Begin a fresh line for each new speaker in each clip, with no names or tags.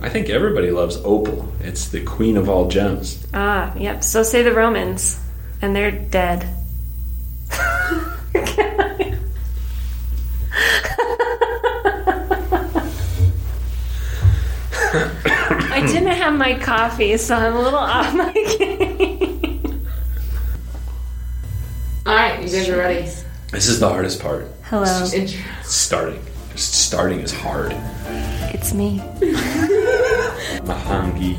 I think everybody loves opal. It's the queen of all gems.
Ah, yep. So say the Romans, and they're dead. I didn't have my coffee, so I'm a little off my game.
All right, you guys are ready.
This is the hardest part.
Hello,
Intro.
Starting. Just starting is hard.
it's me.
Mahangi.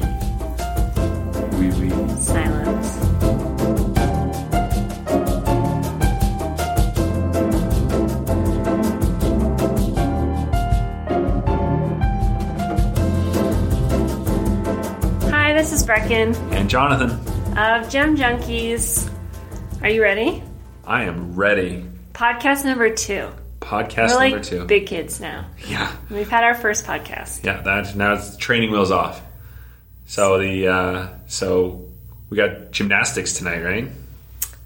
Wee wee.
Silence. Hi, this is Brecken
And Jonathan,
of Gem Junkies. Are you ready?
I am ready.
Podcast number two.
Podcast
We're
number
like
two.
big kids now.
yeah.
We've had our first podcast.
Yeah, that now it's training wheels off. So the uh, so we got gymnastics tonight, right?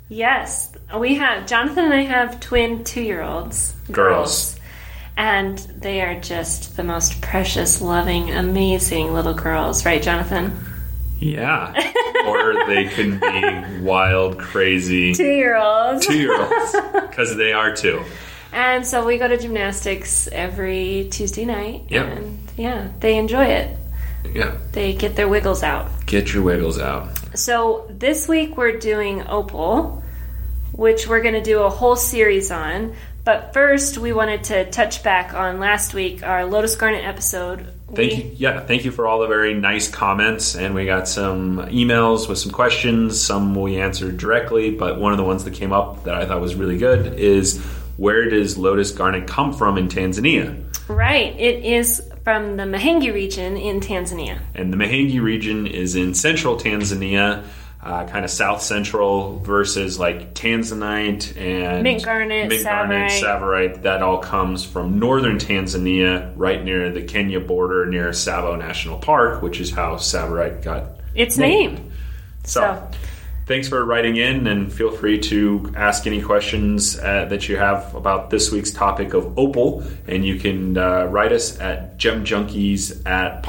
Yes, we have Jonathan and I have twin two-year-olds,
Girls.
and they are just the most precious, loving, amazing little girls, right, Jonathan?
Yeah. or they can be wild, crazy
Two-year-olds.
two year olds because they are two.
and so we go to gymnastics every Tuesday night.
Yep.
And yeah, they enjoy it.
Yeah.
They get their wiggles out.
Get your wiggles out.
So this week we're doing Opal, which we're going to do a whole series on. But first, we wanted to touch back on last week, our Lotus Garnet episode.
Thank
We-
you. Yeah, thank you for all the very nice comments. And we got some emails with some questions. Some we answered directly, but one of the ones that came up that I thought was really good is where does lotus garnet come from in Tanzania?
Right. It is from the Mahenge region in Tanzania.
And the Mahenge region is in central Tanzania, uh, kind of south central, versus like tanzanite and
Mint garnet,
mint garnet, savorite. That all comes from northern Tanzania, right near the Kenya border, near Savo National Park, which is how savorite got.
It's
Named.
named.
So.
So.
Thanks for writing in, and feel free to ask any questions uh, that you have about this week's topic of opal. And you can uh, write us at gemjunkies at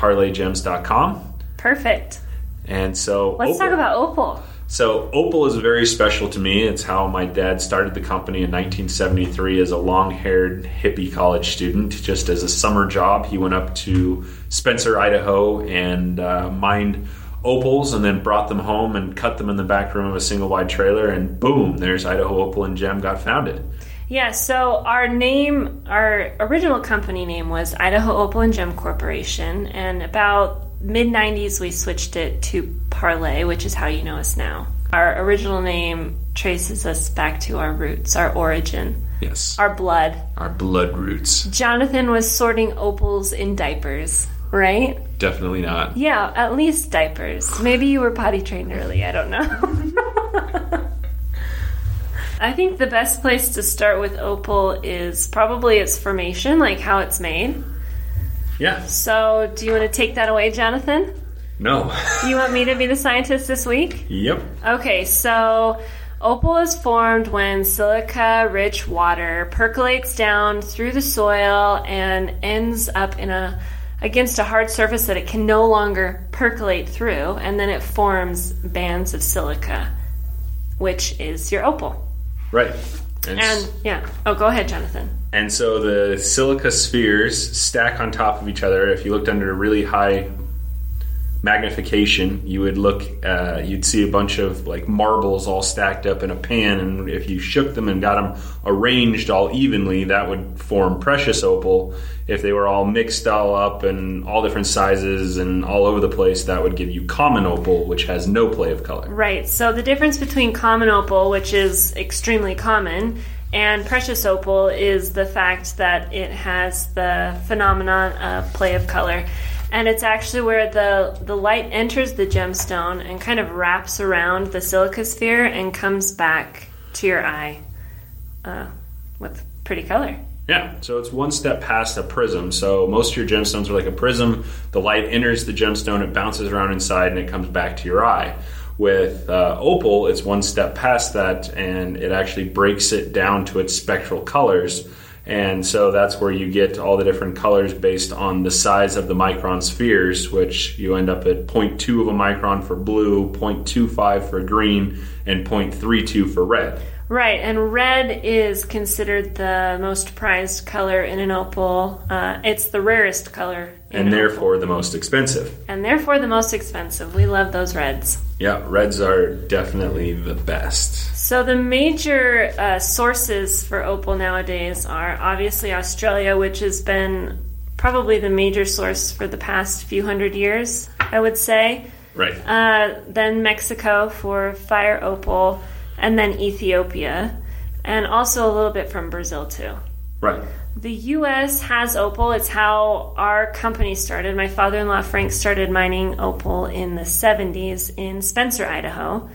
parlaygems.com.
Perfect.
And so,
Let's
Opal.
talk about Opal.
So, Opal is very special to me. It's how my dad started the company in 1973 as a long haired hippie college student. Just as a summer job, he went up to Spencer, Idaho, and uh, mined opals and then brought them home and cut them in the back room of a single wide trailer. And boom, there's Idaho Opal and Gem got founded.
Yeah, so our name, our original company name was Idaho Opal and Gem Corporation, and about mid 90s we switched it to Parlay, which is how you know us now. Our original name traces us back to our roots, our origin,
Yes.
our blood.
Our blood roots.
Jonathan was sorting opals in diapers, right?
Definitely not.
Yeah, at least diapers. Maybe you were potty trained early, I don't know. I think the best place to start with opal is probably its formation, like how it's made.
Yeah.
So, do you want to take that away, Jonathan?
No.
You want me to be the scientist this week?
yep.
Okay, so opal is formed when silica rich water percolates down through the soil and ends up in a against a hard surface that it can no longer percolate through and then it forms bands of silica which is your opal.
Right.
And yeah, oh go ahead Jonathan.
And so the silica spheres stack on top of each other. If you looked under really high magnification, you would look, uh, you'd see a bunch of like marbles all stacked up in a pan. And if you shook them and got them arranged all evenly, that would form precious opal. If they were all mixed all up and all different sizes and all over the place, that would give you common opal, which has no play of color.
Right. So the difference between common opal, which is extremely common, and precious opal is the fact that it has the phenomenon of play of color. And it's actually where the, the light enters the gemstone and kind of wraps around the silica sphere and comes back to your eye uh, with pretty color.
Yeah, so it's one step past a prism. So most of your gemstones are like a prism. The light enters the gemstone, it bounces around inside, and it comes back to your eye. With uh, opal, it's one step past that, and it actually breaks it down to its spectral colors. And so that's where you get all the different colors based on the size of the micron spheres, which you end up at 0.2 of a micron for blue, 0.25 for green, and 0.32 for red.
Right, and red is considered the most prized color in an opal. Uh, it's the rarest color, in
And
an
therefore, the most expensive.
opal, and therefore the most expensive. We love those reds.
Yeah, reds are definitely the best.
So the major uh, sources for opal nowadays are obviously Australia, which has been probably the major source for the past few hundred years, I would say.
Right.
Uh, then Mexico for fire opal, and then Ethiopia, and also a little bit from Brazil too.
Right.
The U.S. has opal. It's how our company started. My father in law, Frank, started mining opal in the 70s in Spencer, Idaho.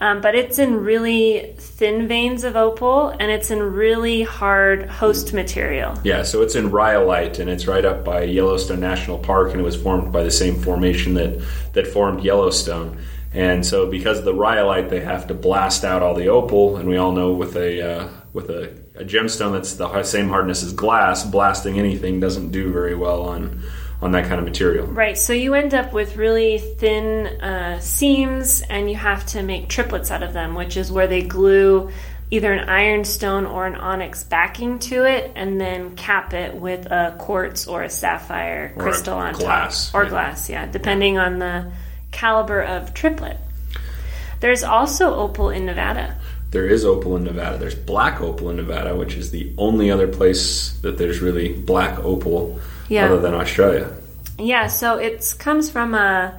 Um, but it's in really thin veins of opal and it's in really hard host material.
Yeah, so it's in rhyolite, and it's right up by Yellowstone National Park, and it was formed by the same formation that that formed Yellowstone. And so, because of the rhyolite, they have to blast out all the opal, and we all know with a uh, with a, a gemstone that's the hi- same hardness as glass, blasting anything doesn't do very well on on that kind of material.
Right, so you end up with really thin uh, seams and you have to make triplets out of them, which is where they glue either an ironstone or an onyx backing to it and then cap it with a quartz or a sapphire
Or
crystal on
glass,
top. Or
yeah.
glass, yeah, depending on the caliber of triplet. There's also opal in Nevada.
There is opal in Nevada. There's black opal in Nevada, which is the only other place that there's really black opal,
Yeah.
other than Australia.
Yeah, so it comes from a,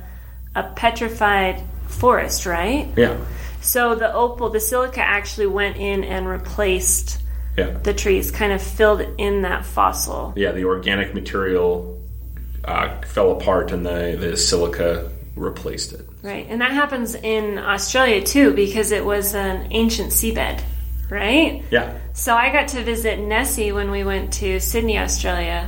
a petrified forest, right?
Yeah,
So the opal, the silica actually went in and replaced
yeah.
the trees, kind of filled in that fossil.
yeah, the organic material uh, fell apart and the, the silica replaced it.
Right. And that happens in Australia too because it was an ancient seabed, right?
Yeah.
So I got to visit Nessie when we went to Sydney, Australia.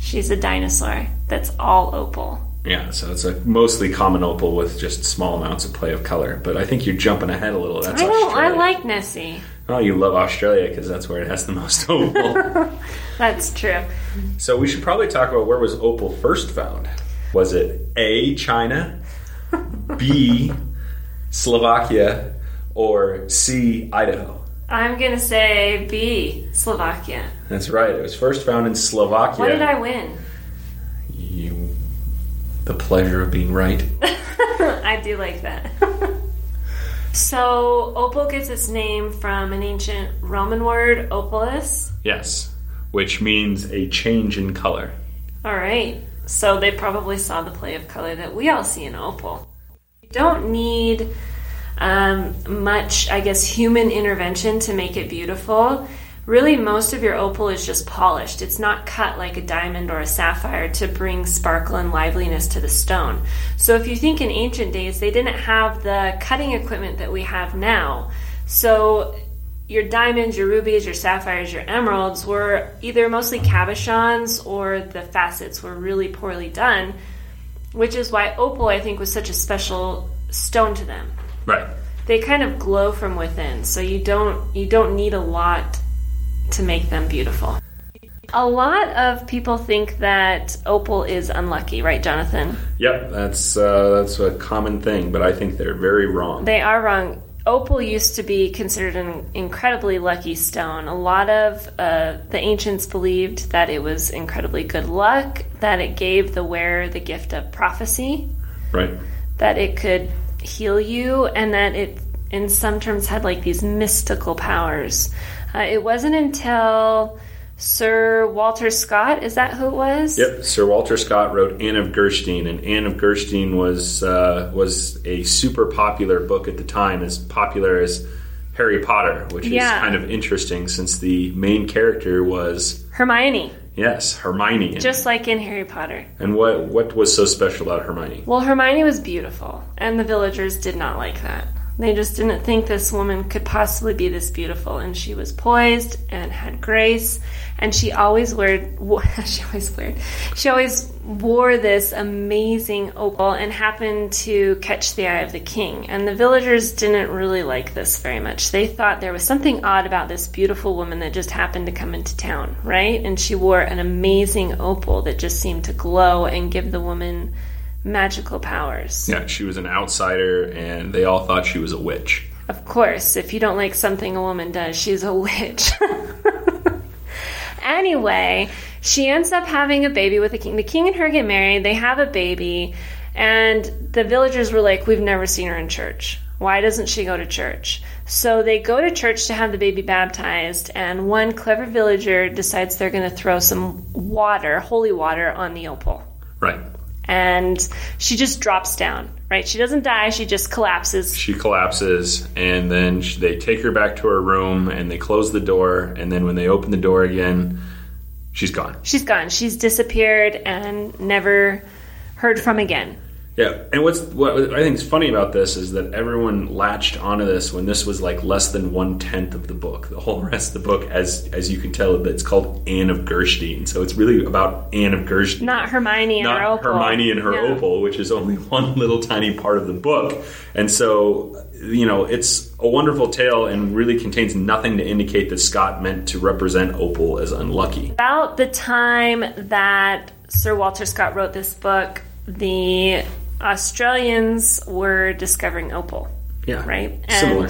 She's a dinosaur that's all opal.
Yeah, so it's a mostly common opal with just small amounts of play of color. But I think you're jumping ahead a little. That's
Oh, I don't I
Australia.
like Nessie.
Oh, you love Australia because that's where it has the most opal.
That's true.
so we should probably talk about where was opal first found. Was it A, China, B, Slovakia, or C, Idaho?
I'm going to say B, Slovakia.
That's right. It was first found in Slovakia.
What did I win?
you the pleasure of being right.
I do like that. so, opal gets its name from an ancient Roman word, opalus.
Yes, which means a change in color.
All right. So, they probably saw the play of color that we all see in opal. You don't need um, much, I guess, human intervention to make it beautiful. Really, most of your opal is just polished. It's not cut like a diamond or a sapphire to bring sparkle and liveliness to the stone. So, if you think in ancient days, they didn't have the cutting equipment that we have now. So, your diamonds, your rubies, your sapphires, your emeralds were either mostly cabochons or the facets were really poorly done, which is why opal, I think, was such a special stone to them
Right.
they kind of glow from within so you don't you don't need a lot to make them beautiful a lot of people think that opal is unlucky right jonathan
Yep, that's uh, that's a common thing, but I think they're very wrong.
they are wrong opal used to be considered an incredibly lucky stone a lot of uh, the ancients believed that it was incredibly good luck that it gave the wearer the gift of prophecy
right.
that it could heal you and that it in some terms had like these mystical powers uh, it wasn't until sir walter scott is that who it was
Yep. Sir Walter Scott wrote Anne of Gerstein, and Anne of Gerstein was uh, was a super popular book at the time, as popular as Harry Potter, which
Yeah.
is kind of interesting since the main character was
hermione
yes Hermione. And-
just like in harry potter
and what what was so special about Hermione?
well hermione was beautiful and the villagers did not like that They just didn't think this woman could possibly be this beautiful, and she was poised and had grace, and she always wore wo- she always wore she always wore this amazing opal and happened to catch the eye of the king. And the villagers didn't really like this very much. They thought there was something odd about this beautiful woman that just happened to come into town, right? And she wore an amazing opal that just seemed to glow and give the woman magical powers.
Yeah, she was an outsider, and they all thought she was a witch.
Of course, if you don't like something a woman does, she's a witch. anyway, she ends up having a baby with the king. The king and her get married, they have a baby, and the villagers were like, We've never seen her in church. Why doesn't she go to church? So they go to church to have the baby baptized, and one clever villager decides they're going to throw some water, holy water, on the opal
Right.
and she just drops down, right? She doesn't die, she just collapses.
She collapses, and then sh- they take her back to her room, and they close the door, and then when they open the door again, she's gone.
She's gone. She's disappeared and never heard from again.
Yeah, and what's what I think is funny about this is that everyone latched onto this when this was like less than one tenth of the book. The whole rest of the book, as as you can tell, it's called Anne of Gerstein, so it's really about Anne of Gerstein.
Not Hermione and
not
her opal.
Hermione and her
No.
opal, which is only one little tiny part of the book. And so, you know, it's a wonderful tale and really contains nothing to indicate that Scott meant to represent opal as unlucky.
About the time that Sir Walter Scott wrote this book, the Australians were discovering opal.
Yeah.
right? And,
Similar.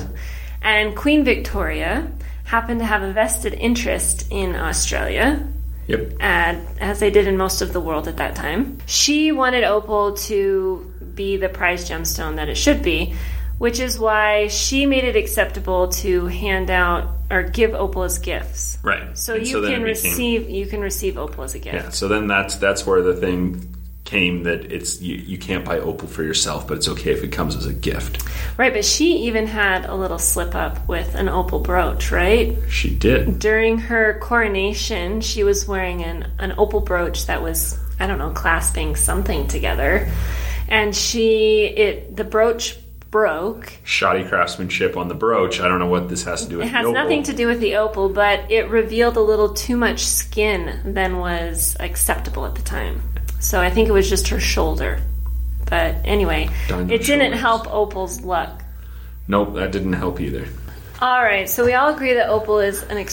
And Queen Victoria happened to have a vested interest in Australia
Yep.
ad, as they did in most of the world at that time. She wanted opal to be the prize gemstone that it should be, which is why she made it acceptable to hand out or give opal as gifts.
Right.
So
And
you
then
can
it became-
receive you can receive opal as a gift.
Yeah. So then that's that's where the thing came that it's you, you can't buy opal for yourself, but it's okay if it comes as a gift.
Right, but she even had a little slip up with an opal brooch, right?
She did.
During her coronation, she was wearing an, an opal brooch that was, I don't know, clasping something together. And she, it, the brooch broke.
Shoddy craftsmanship on the brooch. I don't know what this has to do with
It has
the opal.
nothing to do with the opal, but it revealed a little too much skin than was acceptable at the time. So I think it was just her shoulder. But anyway,
Darn
it
those
didn't
shoulders.
help Opal's luck.
Nope, that didn't help either.
All right, so we all agree that opal is an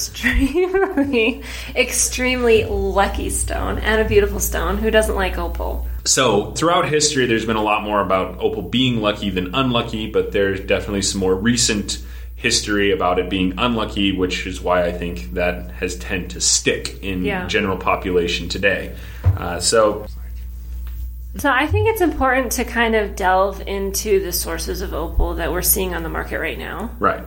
extremely, extremely lucky stone and a beautiful stone. Who doesn't like opal?
So, throughout history, there's been a lot more about opal being lucky than unlucky, but there's definitely some more recent history about it being unlucky, which is why I think that has tend to stick in
Yeah.
general population today. Uh, so,
So I think it's important to kind of delve into the sources of opal that we're seeing on the market right now.
Right.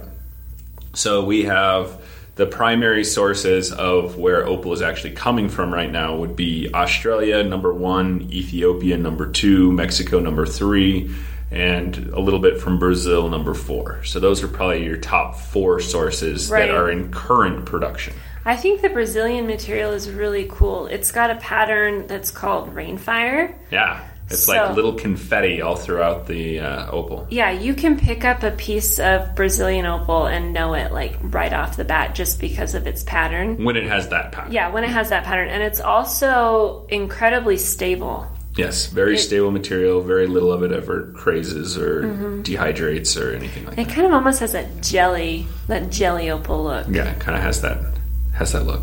So we have the primary sources of where opal is actually coming from right now would be Australia number one, Ethiopia number two, Mexico number three, and a little bit from Brazil number four. So those are probably your top four sources
Right.
that are in current production.
I think the Brazilian material is really cool. It's got a pattern that's called rainfire.
Yeah. It's
So-
like little confetti all throughout the uh, opal.
Yeah, you can pick up a piece of Brazilian opal and know it like right off the bat just because of its pattern.
When it has that pattern.
Yeah, when it has that pattern. And it's also incredibly stable.
Yes, very stable material, very little of it ever crazes or
Mm-hmm.
dehydrates or anything like that.
It kind of almost has that jelly, that jelly opal look.
yeah, it kind of has that has that look.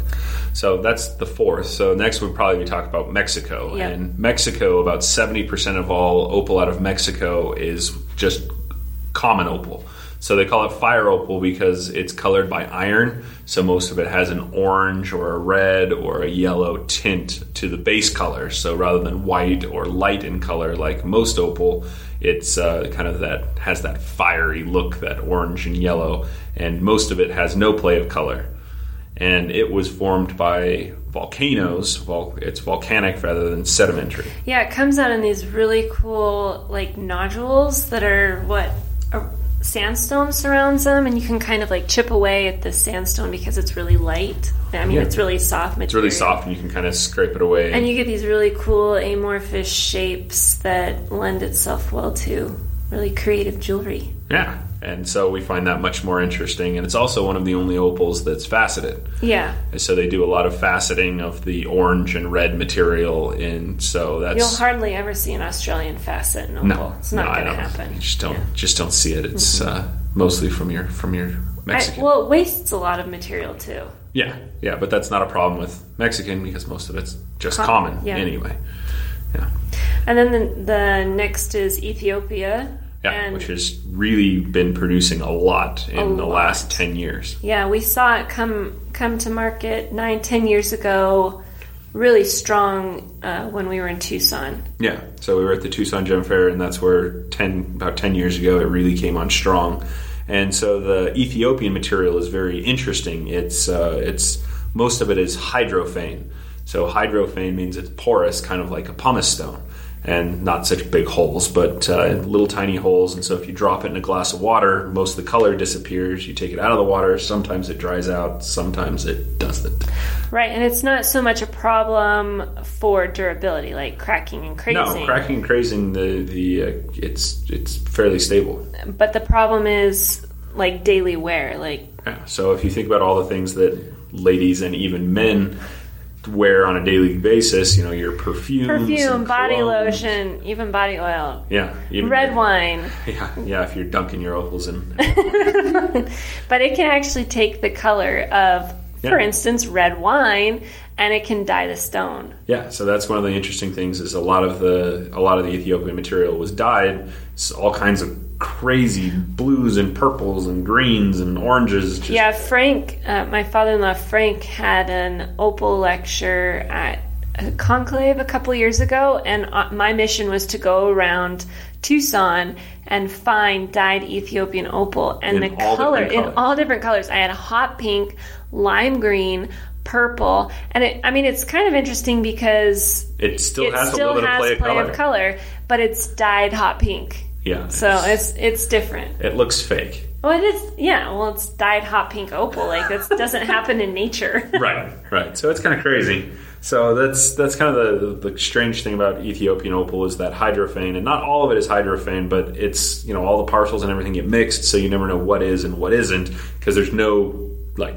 So that's the fourth. So next would probably be talk about Mexico
Yep.
and Mexico. About seventy percent of all opal out of Mexico is just common opal. So they call it fire opal because it's colored by iron. So most of it has an orange or a red or a yellow tint to the base color. So rather than white or light in color like most opal, it's uh, kind of that has that fiery look, that orange and yellow, and most of it has no play of color. And it was formed by volcanoes. Vol- it's volcanic rather than sedimentary.
Yeah, it comes out in these really cool, like, nodules that are what? A sandstone surrounds them, and you can kind of like chip away at the sandstone because it's really light. I mean,
Yeah.
it's really soft material.
It's really soft, and you can kind of scrape it away.
And you get these really cool amorphous shapes that lend itself well to really creative jewelry.
Yeah. And so we find that much more interesting. And it's also one of the only opals that's faceted.
Yeah.
And so they do a lot of faceting of the orange and red material. And so that's.
You'll hardly ever see an Australian facet in opal.
no,
it's not
no, I
going to
don't.
happen.
You just don't,
Yeah.
just don't see it. It's uh, mostly from your from your
I,
Mexican.
well, it wastes a lot of material too.
yeah, yeah, but that's not a problem with Mexican because most of it's just
Com-
common
yeah.
anyway. Yeah,
And then the, the next is Ethiopia.
yeah,
and
which has really been producing a lot in the
lot.
last ten years.
yeah, we saw it come come to market nine, ten years ago. Really strong uh, when we were in Tucson.
Yeah, so we were at the Tucson Gem Fair, and that's where ten about ten years ago it really came on strong. And so the Ethiopian material is very interesting. It's uh, it's most of it is hydrophane. So hydrophane means it's porous, kind of like a pumice stone, and not such big holes, but uh, little tiny holes. And so if you drop it in a glass of water, most of the color disappears. You take it out of the water. Sometimes it dries out. Sometimes it doesn't.
Right, and it's not so much a problem for durability, like cracking and crazing.
No, cracking and crazing the the uh, it's it's fairly stable.
But the problem is like daily wear, like
Yeah. So if you think about all the things that ladies and even men wear on a daily basis, you know, your perfumes,
perfume,
and
body
Mm, cologne.
lotion, even body oil,
Yeah. Even
red wine.
Yeah, yeah, if you're dunking your opals in.
But it can actually take the color of, for
Yeah.
instance, red wine, and it can dye the stone.
Yeah, so that's one of the interesting things is a lot of the a lot of the Ethiopian material was dyed s all kinds of crazy blues and purples and greens and oranges just
Yeah, Frank, uh, my father-in-law Frank had an opal lecture at a conclave a couple years ago, and uh, my mission was to go around Tucson and find dyed Ethiopian opal, and
In
the
all
color
different
in
colors.
all different colors. I had hot pink, lime green, purple, and it, I mean it's kind of interesting because
it still
it
has a
still
little
has
bit
play,
of play, of, color.
of color, but it's dyed hot pink.
Yeah.
So it's it's different.
it looks fake.
Well, it is. Yeah. Well, it's dyed hot pink opal. Like that doesn't happen in nature.
right, right. So it's kind of crazy. So that's that's kind of the, the, the strange thing about Ethiopian opal is that hydrophane, and not all of it is hydrophane, but it's you know all the parcels and everything get mixed, so you never know what is and what isn't because there's no like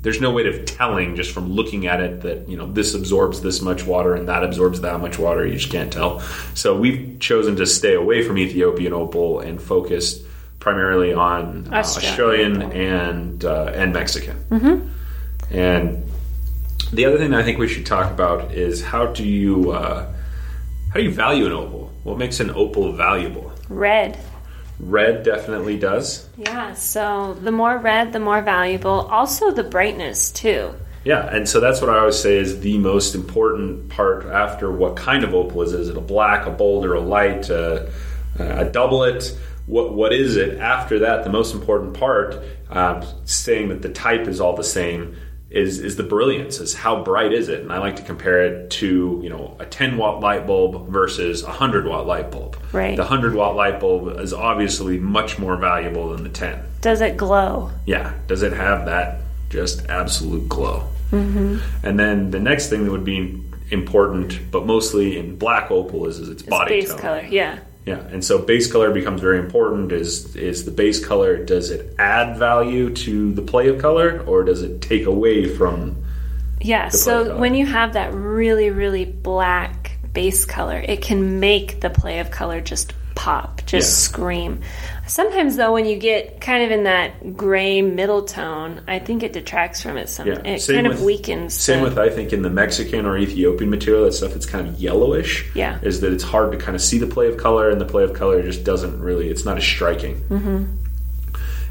there's no way of telling just from looking at it that you know this absorbs this much water and that absorbs that much water. You just can't tell. So we've chosen to stay away from Ethiopian opal and focus primarily on uh,
Australian
Australian and uh, and Mexican. And the other thing I think we should talk about is how do you uh, how do you value an opal? What makes an opal valuable?
Red.
Red definitely does.
Yeah. So the more red, the more valuable. Also, the brightness too.
Yeah, and so that's what I always say is the most important part after what kind of opal is it? Is it a black, a bold, or a light, a, a doublet? What, what is it? After that, the most important part, um, saying that the type is all the same, is, is the brilliance, is how bright is it? And I like to compare it to, you know, a 10 watt light bulb versus a 100 watt light bulb.
Right.
The 100 watt light bulb is obviously much more valuable than the 10
Does it glow?
yeah does it have that just absolute glow mm-hmm. and then the next thing that would be important but mostly in black opal is, is its, body
Base
tone
color. Yeah.
yeah and so base color becomes very important is is the base color does it add value to the play of color or does it take away from
Yeah.
play
So
of color.
when you have that really, really black base color, it can make the play of color just pop, just
Yeah.
scream. Sometimes though, when you get kind of in that gray middle tone, I think it detracts from it. Some
Yeah,
it
same
kind
with-
of weakens.
Same
the-
with I think in the Mexican or Ethiopian material, that stuff that's kind of yellowish.
Yeah.
is that it's hard to kind of see the play of color, and the play of color just doesn't really. It's not as striking. Mm-hmm.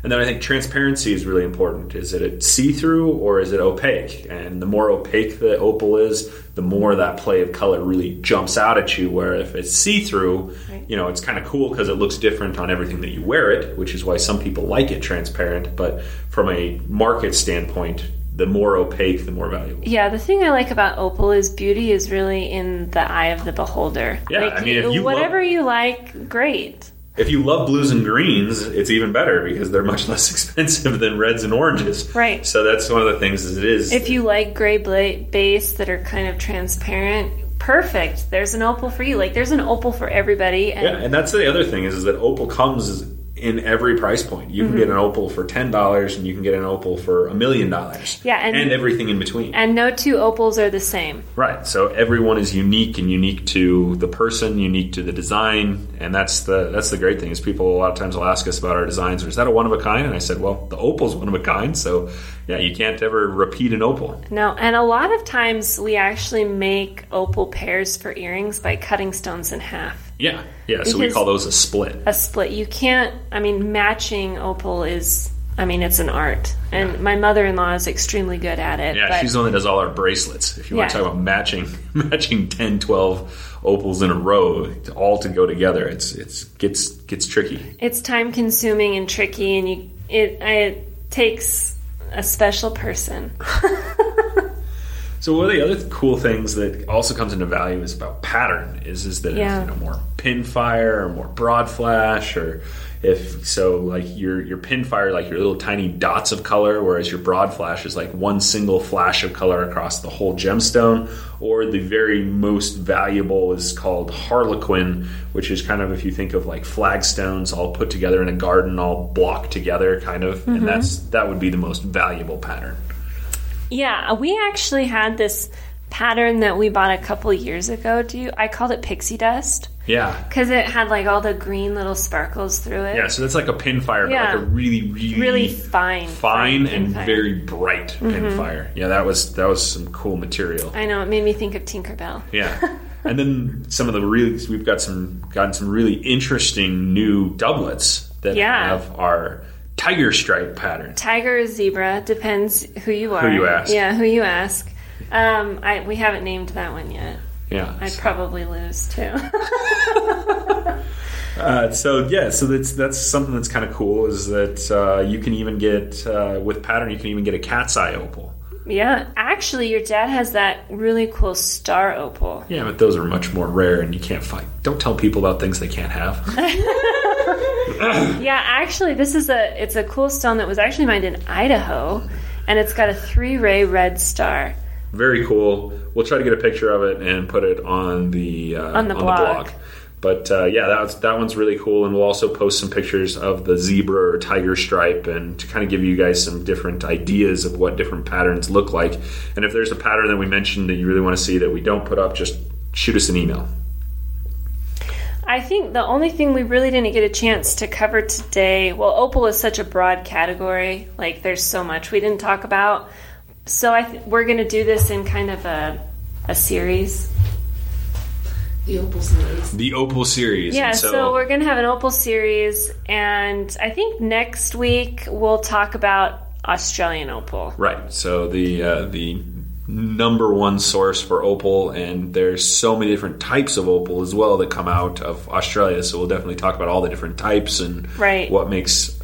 And then I think transparency is really important. Is it see through or is it opaque? And the more opaque the opal is, the more that play of color really jumps out at you. Where if it's see through,
Right.
you know it's kind of cool because it looks different on everything that you wear it, which is why some people like it transparent. But from a market standpoint, the more opaque, the more valuable.
Yeah, the thing I like about opal is beauty is really in the eye of the beholder.
Yeah,
Like,
I mean, if you love-
whatever you like, great.
If you love blues and greens, it's even better because they're much less expensive than reds and oranges.
Right.
So that's one of the things is it is.
If you like gray bla- base that are kind of transparent, perfect. There's an opal for you. Like there's an opal for everybody. And
Yeah, and that's the other thing is, is that opal comes in every price point. You
Mm-hmm.
can get an opal for ten dollars, and you can get an opal for a million dollars.
Yeah, and-
everything in between.
and no two opals are the same.
right. So everyone is unique and unique to the person, unique to the design, and that's the that's the great thing is people a lot of times will ask us about our designs. Or is that a one of a kind? And I said, well, the opal's one of a kind. So yeah, you can't ever repeat an opal.
No, and a lot of times we actually make opal pairs for earrings by cutting stones in half.
Yeah, yeah. So we
Because-
call those a split.
A split. You can't, I mean, matching opal is, I mean, it's an art. And my mother in law is extremely good at it.
Yeah,
but
she's the one that does all our bracelets. If you want to
Yeah.
talk about matching, matching 10, 12 opals in a row, to- all to go together, it's it's gets gets tricky.
it's time consuming and tricky, and you, it, it takes a special person.
So one of the other th- cool things that also comes into value is about pattern. Is is that
Yeah.
you know more pin fire or more broad flash or if so like your your pin fire like your little tiny dots of color, whereas your broad flash is like one single flash of color across the whole gemstone. Or the very most valuable is called harlequin, which is kind of if you think of like flagstones all put together in a garden, all blocked together, kind of, and that's that would be the most valuable pattern.
Yeah, we actually had this pattern that we bought a couple years ago. Do you? I called it pixie dust
Yeah,
because it had like all the green little sparkles through it.
Yeah, so that's like a pin fire, but
Yeah.
like a really, really,
Really fine,
fine,
fine
and
pinfire.
very bright
Mm-hmm.
pin fire. Yeah, that was that was some cool material.
I know it made me think of Tinkerbell.
Yeah, and then some of the really we've got some gotten some really interesting new doublets that
Yeah.
have our tiger stripe pattern.
Tiger or zebra depends who you are.
you ask.
Yeah, who you ask. Um, I we haven't named that one yet.
Yeah,
I'd probably lose too.
Uh, so yeah, so that's that's something that's kind of cool is that uh, you can even get uh, with pattern you can even get a cat's eye opal.
yeah, actually, your dad has that really cool star opal.
Yeah, but those are much more rare, and you can't find. Don't tell people about things they can't have.
Yeah, actually, this is a it's a cool stone that was actually mined in Idaho, and it's got a three ray red star.
very cool. We'll try to get a picture of it and put it on the uh,
On the blog.
But uh, yeah, that was, that one's really cool, and we'll also post some pictures of the zebra or tiger stripe, and to kind of give you guys some different ideas of what different patterns look like. And if there's a pattern that we mentioned that you really want to see that we don't put up, just shoot us an email.
I think the only thing we really didn't get a chance to cover today, well, opal is such a broad category. Like, there's so much we didn't talk about. So I th- we're going to do this in kind of a a series.
The opal series.
The opal series.
Yeah,
And
so, we're going to have an opal series, and I think next week we'll talk about Australian opal.
Right. So the uh, the number one source for opal, and there's so many different types of opal as well that come out of Australia. So we'll definitely talk about all the different types and
Right.
what makes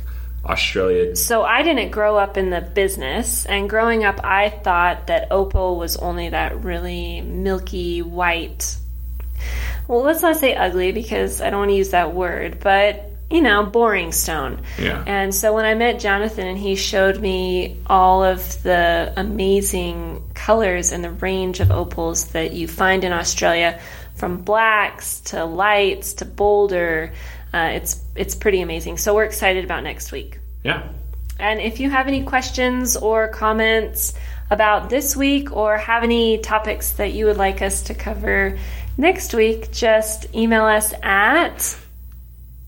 Australia.
So I didn't grow up in the business, and growing up, I thought that opal was only that really milky white. Well, let's not say ugly because I don't want to use that word, but you know, boring stone.
Yeah.
And so when I met Jonathan and he showed me all of the amazing colors and the range of opals that you find in Australia, from blacks to lights to bolder, uh, it's it's pretty amazing. So we're excited about next week.
Yeah.
And if you have any questions or comments about this week or have any topics that you would like us to cover next week, just email us at,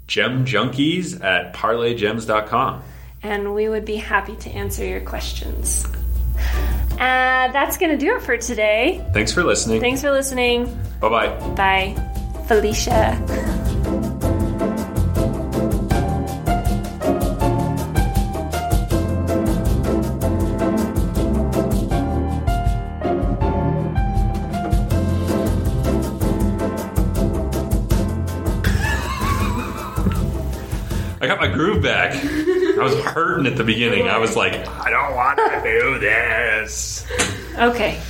Gem junkies at parlaygems.com.
and we would be happy to answer your questions. Uh, that's going to do it for today.
Thanks for listening.
Thanks for listening.
Bye bye.
Bye. Felicia.
I got my groove back. I was hurting at the beginning. I was like, I don't want to do this.
Okay.